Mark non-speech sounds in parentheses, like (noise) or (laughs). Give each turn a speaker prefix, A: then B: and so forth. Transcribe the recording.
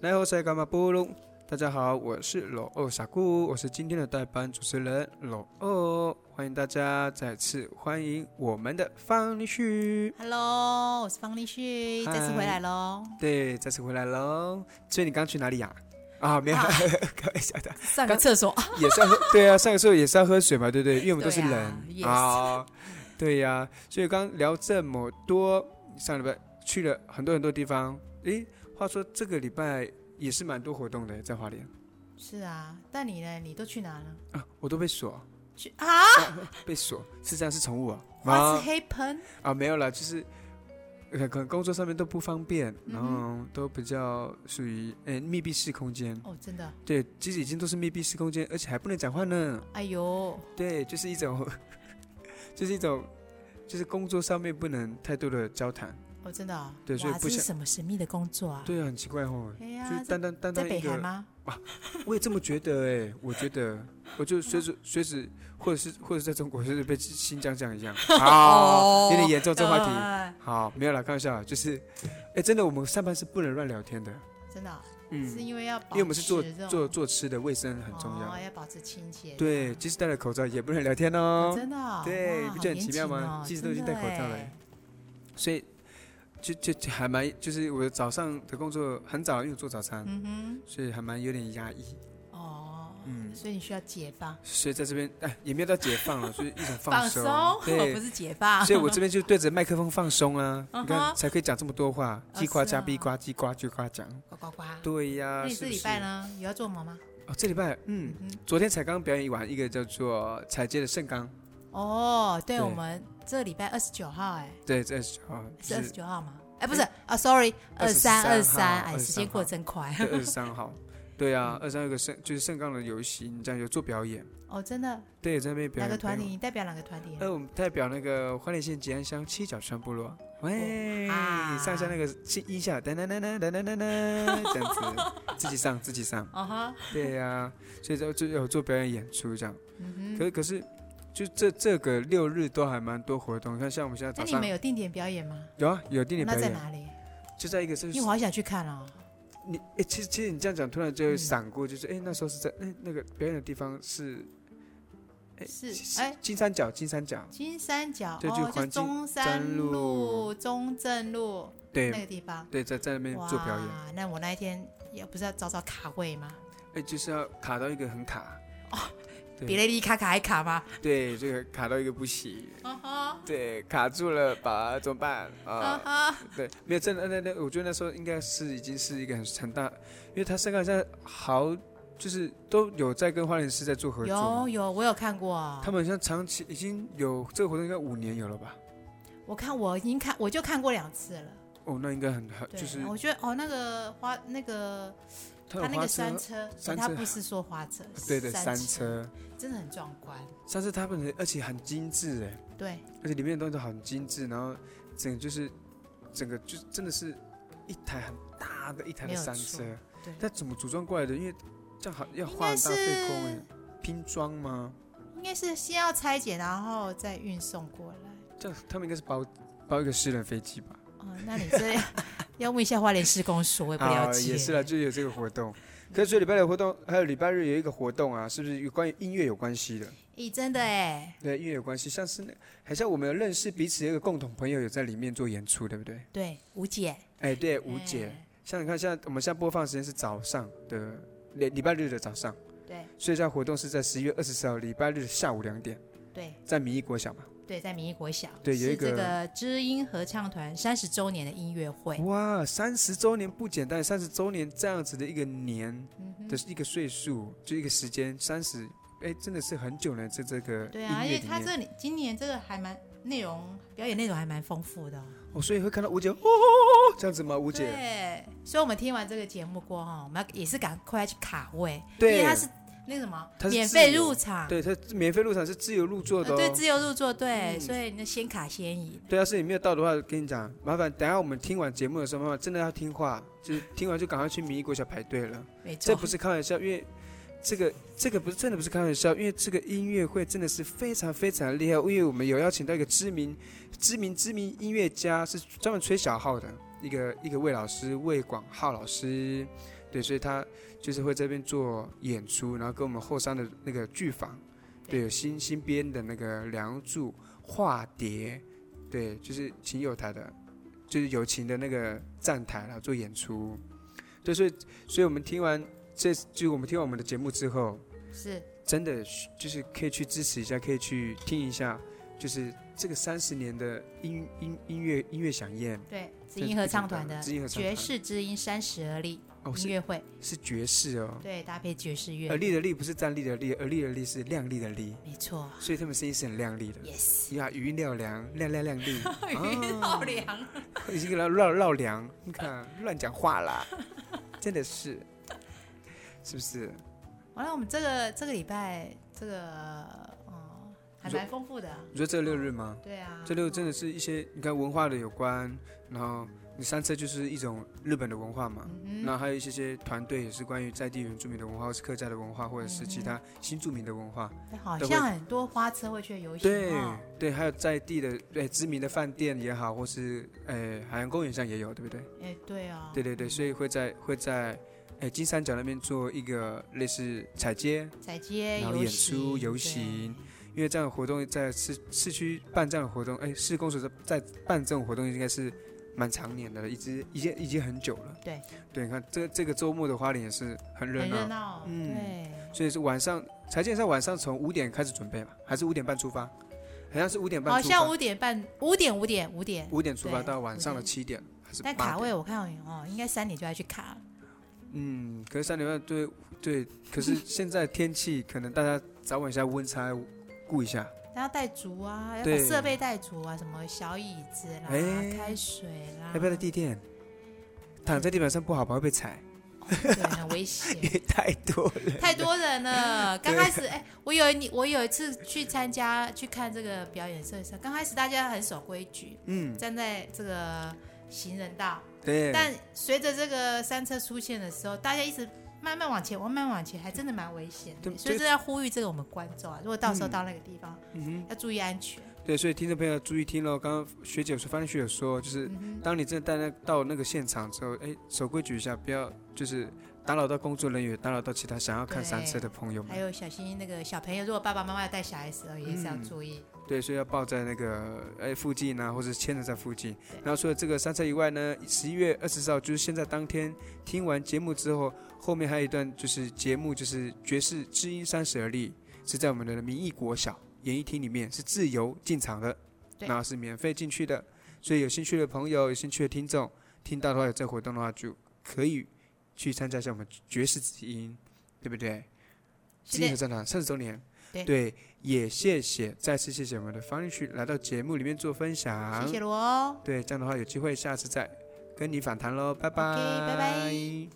A: Hello，塞干嘛布隆？大家好，我是老二傻姑，我是今天的代班主持人老二，欢迎大家再次欢迎我们的方立旭，
B: Hello，我是方立旭，
A: 嗨
B: 再次回来喽。
A: 对，再次回来喽。所以你刚去哪里呀、啊？没有，
B: 啊
A: (laughs) 开玩笑的，
B: 上个厕所，
A: 也是要喝， (laughs) 对啊，上个时候也是要喝水嘛，对不对？因为我们都是
B: 对啊
A: 人
B: yes
A: 啊，对呀、所以刚聊这么多，上礼拜去了很多很多地方。诶，话说这个礼拜也是蛮多活动的，在花莲
B: 是啊，但你呢？你都去哪了？
A: 啊，我都被锁，
B: 去啊？
A: (laughs) 被锁是这样是宠物
B: (laughs)
A: 啊？
B: 花是
A: 啊
B: 黑盆，
A: 啊，没有啦，就是。呃可能工作上面都不方便，
B: 嗯
A: 然后都比较属于呃密闭式空间。
B: 哦，真的，
A: 对，其实已经都是密闭式空间，而且还不能讲话呢。
B: 哎呦，
A: 对，就是一种， (laughs) 就是一种，就是工作上面不能太多的交谈。
B: 哦，真的啊，
A: 对所以
B: 哇，
A: 不
B: 这是
A: 想
B: 什么神秘的工作啊？
A: 对啊，很奇怪哦，
B: 哎
A: 就
B: 呀
A: 是，单单单
B: 在
A: 单
B: 北
A: 一
B: 韩
A: 个，
B: 吗？
A: 我也这么觉得哎，我觉得，我
B: 嗯
A: 就随时随时，或者是或者是在中国，就是被新疆这样
B: (laughs)
A: 一样，
B: 哦
A: 啊，有点严重这话题。
B: 呃
A: 好，没有啦，开玩笑啦，就是，哎，真的，我们上班是不能乱聊天的，
B: 真的啊，是
A: 嗯，
B: 因为要保持
A: 因为我们是做
B: 哦这种
A: 做做吃的，卫生很重
B: 哦
A: 要。
B: 要保持清洁。
A: 对，即使戴了口罩也不能聊天哦
B: 哦，。真的啊，
A: 对
B: 哇
A: 不觉得很
B: 好
A: 奇妙吗
B: 严谨哦
A: 其实都已经戴口罩了
B: 真的哎
A: 所以就就就还蛮，就是我早上的工作很早，因为我做早餐，
B: 嗯
A: 所以还蛮有点压抑。
B: 哼，哦，
A: 嗯，
B: 所以你需要解放、
A: 所以在这边哎，也没有到解放
B: (laughs)
A: 了，所以一种
B: 放
A: 松。
B: (laughs) 我不
A: 对，
B: 是解放。
A: 所以我这边就对着麦克风放松啊，
B: 嗯哼
A: 你看才可以讲这么多话，
B: 哦
A: 叽呱
B: 是
A: 加
B: 啊
A: 哔呱，叽呱叽呱讲。
B: 呱呱呱。
A: 对呀，
B: 那你
A: 是
B: 这
A: 不
B: 礼
A: 是
B: 拜呢？有要做什么吗？
A: 哦，这礼拜嗯，
B: 嗯
A: 昨天才刚表演完一个叫做彩街的圣冈，
B: 哦，对，
A: 对
B: 我们这礼拜二十九号，哎，
A: 对，这是哦，
B: 是
A: 就
B: 二十
A: 是
B: 九号吗？哎，不是啊，sorry，二
A: 23
B: 三二三，
A: 号
B: 哎，时
A: 23号
B: 间过得真快
A: (laughs) 二十三
B: (laughs)
A: 号，对啊，二十三有个
B: 嗯
A: 圣就是圣冈的游戏，你这样有做表演，
B: 哦，真的。
A: 对，在那边表
B: 哪
A: 演。
B: 个团
A: 表演
B: 体？你代表哪个团体啊？
A: 呃，我们代表那个花莲县吉安乡七角川部落，喂，
B: 啊
A: 上下那个音音效，噔噔噔噔噔噔噔
B: (laughs)
A: 噔，这样子，自己上自己上，
B: 哦哈，
A: 对呀、所以就就有做表演演出这样。
B: 嗯
A: 可
B: 哼。
A: 是可是，就这这个六日都还蛮多活动，你看像我们现在
B: 那
A: 早
B: 你们
A: 上
B: 有定点表演吗？
A: 有啊有定点
B: 那
A: 表
B: 在
A: 演，
B: 哪里？
A: 就在一个就是
B: 因为我好想去看哦。
A: 你哎，其实其实你这样讲，突然就会
B: 嗯
A: 闪过，就是哎那时候是在那那个表演的地方是哎
B: 是
A: 是
B: 哎
A: 金三角金三角
B: 金三角
A: 对就
B: 哦，就
A: 环金
B: 中山
A: 路
B: 路、中正路那
A: 对
B: 个地方。
A: 对在在那边做表演。
B: 哇，那我那一天也不是要找找卡位吗？
A: 哎、就是要卡到一个很卡，对
B: 比雷迪卡卡还卡吗？
A: 对，这个卡到一个不行，
B: 哦
A: 啊
B: 哈，
A: 对，卡住了吧，怎么办
B: 哦
A: 啊？
B: 哈。
A: 对，没有真的，那那我觉得那时候应该是已经是一个很很大，因为他身高现在好，就是都有在跟花莲市在做合
B: 有
A: 作，
B: 有，我有看过。
A: 他们好像长期已经有这个活动，应该五年有了吧？
B: 我看我已经看，我就看过两次了。
A: 哦，那应该很很
B: 对，
A: 就是
B: 我觉得哦，那个花那个
A: 他
B: 他
A: 有
B: 那
A: 花
B: 个
A: 车
B: 山，车，
A: 山
B: 他
A: 车
B: 不是说花车，
A: (laughs) 对对，
B: 山
A: 山，车，
B: 真的很壮观。
A: 山车他们的而且很精致哎，
B: 对，
A: 而且里面的东西都很精致，然后整个就是整个就真的是一台很大的一台的
B: 没有
A: 山
B: 错
A: 车，
B: 对
A: 但怎么组装过来的？因为这样好要
B: 应
A: 花很
B: 该
A: 大费工哎
B: 是，
A: 拼装吗？
B: 应该是先要拆解，然后再运送过来。
A: 这样他们应该是包包一个私人飞机吧？
B: 哦，那你这
A: (laughs)
B: 要问一下花莲施工所，我也不了
A: 啊，
B: 解。
A: 也是啦，就有这个活动。可是所以礼拜六活动还有礼拜日有一个活动啊，是不是有关于音乐有关系的？
B: 咦，真的哎，
A: 对，音乐有关系，像是那好像我们有认识彼此的一个共同朋友有在里面做演出，对不对？
B: 对，吴姐，
A: 哎，对，吴姐，
B: 哎
A: 像你看，现在我们现在播放时间是早上的礼礼拜日的早上，
B: 对
A: 所以这样活动是在十一月二十四号礼拜日下午两点，
B: 对
A: 在民意国小嘛。
B: 对，在民意国小，
A: 对有一
B: 是这
A: 个
B: 个知音合唱团三十周年的音乐会。
A: 哇，三十周年不简单，三十周年这样子的一个年
B: 嗯哼
A: 的一个岁数，就一个时间三十，哎，真的是很久了，在这个
B: 对
A: 音
B: 啊，而
A: 乐
B: 且
A: 里
B: 他
A: 面，
B: 这里今年这个还蛮内容表演内容还蛮丰富的哦、
A: 哦，所以会看到吴姐哦这样子吗？吴姐，
B: 对，所以我们听完这个节目过后，我们要也是赶快去卡位，因
A: 对
B: 为，它是那个什么
A: 它是
B: 免
A: 自由
B: 费入场，
A: 对，它免费入场是自由入座
B: 呃
A: 的哦。
B: 对自由入座，对，
A: 嗯
B: 所以那先卡先赢。
A: 对啊，是你没有到的话，跟你讲，麻烦等一下我们听完节目的时候，麻烦真的要听话，就是听完就赶快去民意国小排队了。
B: 没错，
A: 这不是开玩笑，因为这个这个不是真的不是开玩笑，因为这个音乐会真的是非常非常厉害，因为我们有邀请到一个知名知名知名音乐家，是专门吹小号的一个一个魏老师魏广浩老师，对，所以他就是会这边做演出，然后跟我们后山的那个剧坊，对，
B: 对
A: 有新新编的那个梁祝化蝶，对，就是琴友台的，就是友情的那个站台啦做演出，对，所以所以我们听完这，就是我们听完我们的节目之后，
B: 是
A: 真的是就是可以去支持一下，可以去听一下，就是这个三十年的音音音乐音乐响宴
B: 对紫
A: 这
B: 音合唱团
A: 这
B: 的
A: 紫音合唱团
B: 爵士之音三十而立
A: 哦，
B: 音
A: 是
B: 乐会，
A: 是爵士哦，
B: 对，搭配爵士
A: 而
B: 乐，
A: 立的立不是站立的立，而立的立是亮丽的丽，
B: 没错
A: 所以他们声音是很亮丽的。
B: ，yes，
A: 呀，余音绕梁，亮亮亮丽， (laughs)
B: (laughs) 于道良，
A: 已经给他绕绕梁，你看乱讲话啦，真的是，是不是？
B: 完了，我们这个这个礼拜这个嗯还蛮丰富的，
A: 你说这六日吗？
B: 对啊，
A: 这六真的是一些你看文化的有关，然后你上车就是一种日本的文化嘛，
B: 嗯
A: 然
B: 哼
A: 后还有一些些团队也是关于在地原住民的文化，或是客家的文化，或者是其他新住民的文化。
B: 哎好
A: 都会
B: 像很多花车会去的游行
A: 对
B: 哦
A: 对，还有在地的对知名的饭店也好，或是呃海洋公园上也有，对不对？
B: 哎，对啊，
A: 对对对，所以会在会在哎金三角那边做一个类似踩街，
B: 彩街
A: 然后
B: 游
A: 演出
B: 行
A: 游
B: 对
A: 行因为这样的活动在市市区办这样的活动，哎，市公所在在办这种活动应该是蛮常年的了，一直已经已经很久了。
B: 对
A: 对，你看这这个周末的花莲也是很热
B: 很热
A: 闹，
B: 闹，
A: 嗯
B: 对，
A: 所以是晚上才建上晚上从五点开始准备嘛，还是五点半出发？好像是五点半
B: 好
A: 出发，
B: 像五点半，五点五点五点，
A: 五点出发
B: 对
A: 到晚上的
B: 5点
A: 七点还是
B: 但
A: 八
B: 卡
A: 点？
B: 位我看哦，应该三点就要去卡，
A: 嗯，可是三点半对对，可是现在天气可能大家早晚一下温差顾一下，
B: 但要带足啊，要把
A: 对
B: 设备带足啊，什么小椅子啦
A: 哎，
B: 开水啦，
A: 要不要在地垫？躺在地板上不好吧，会被踩，
B: 对，很危险
A: (laughs) 。也太多了。
B: 太多人了，刚开始哎，我有你，我有一次去参加去看这个表演社，刚开始大家很守规矩，
A: 嗯，
B: 站在这个行人道，
A: (laughs) 对，
B: 但随着这个山车出现的时候，大家一直慢慢往前，慢慢往前，还真的蛮危险
A: 对
B: 的。所以
A: 这
B: 这要呼吁这个我们观众啊，如果到时候
A: 嗯
B: 到那个地方，
A: 嗯哼，
B: 要注意安全。
A: 对，所以听众朋友注意听喽。刚刚学姐有说，翻译学姐有说，就是
B: 嗯
A: 当你真的带那到那个现场之后，哎，守规矩一下，不要就是打扰到工作人员，打扰到其他想要看山车的朋友
B: 哼，
A: 们
B: 还。有小心那个小朋友，如果爸爸妈妈要带小孩子，哦也是要
A: 嗯
B: 注意。
A: 对，所以要抱在那个哎附近啊，或者牵着在附近
B: 对。
A: 然后除了这个山车以外呢，十一月二十四号就是现在当天听完节目之后，后面还有一段就是节目就是爵士知音三十而立，是在我们的民意国小演艺厅里面是自由进场的，
B: 对
A: 然后是免费进去的，所以有兴趣的朋友、有兴趣的听众听到的话有这活动的话，就可以去参加一下我们爵士知音，对不对？
B: 是
A: 知音合
B: 的，
A: 唱团三十周年，
B: 对
A: 也谢谢，再次谢谢我们的方玉旭来到节目里面做分享。
B: 谢谢罗哦。
A: 对，这样的话有机会下次再跟你访谈喽，拜拜。
B: OK，拜拜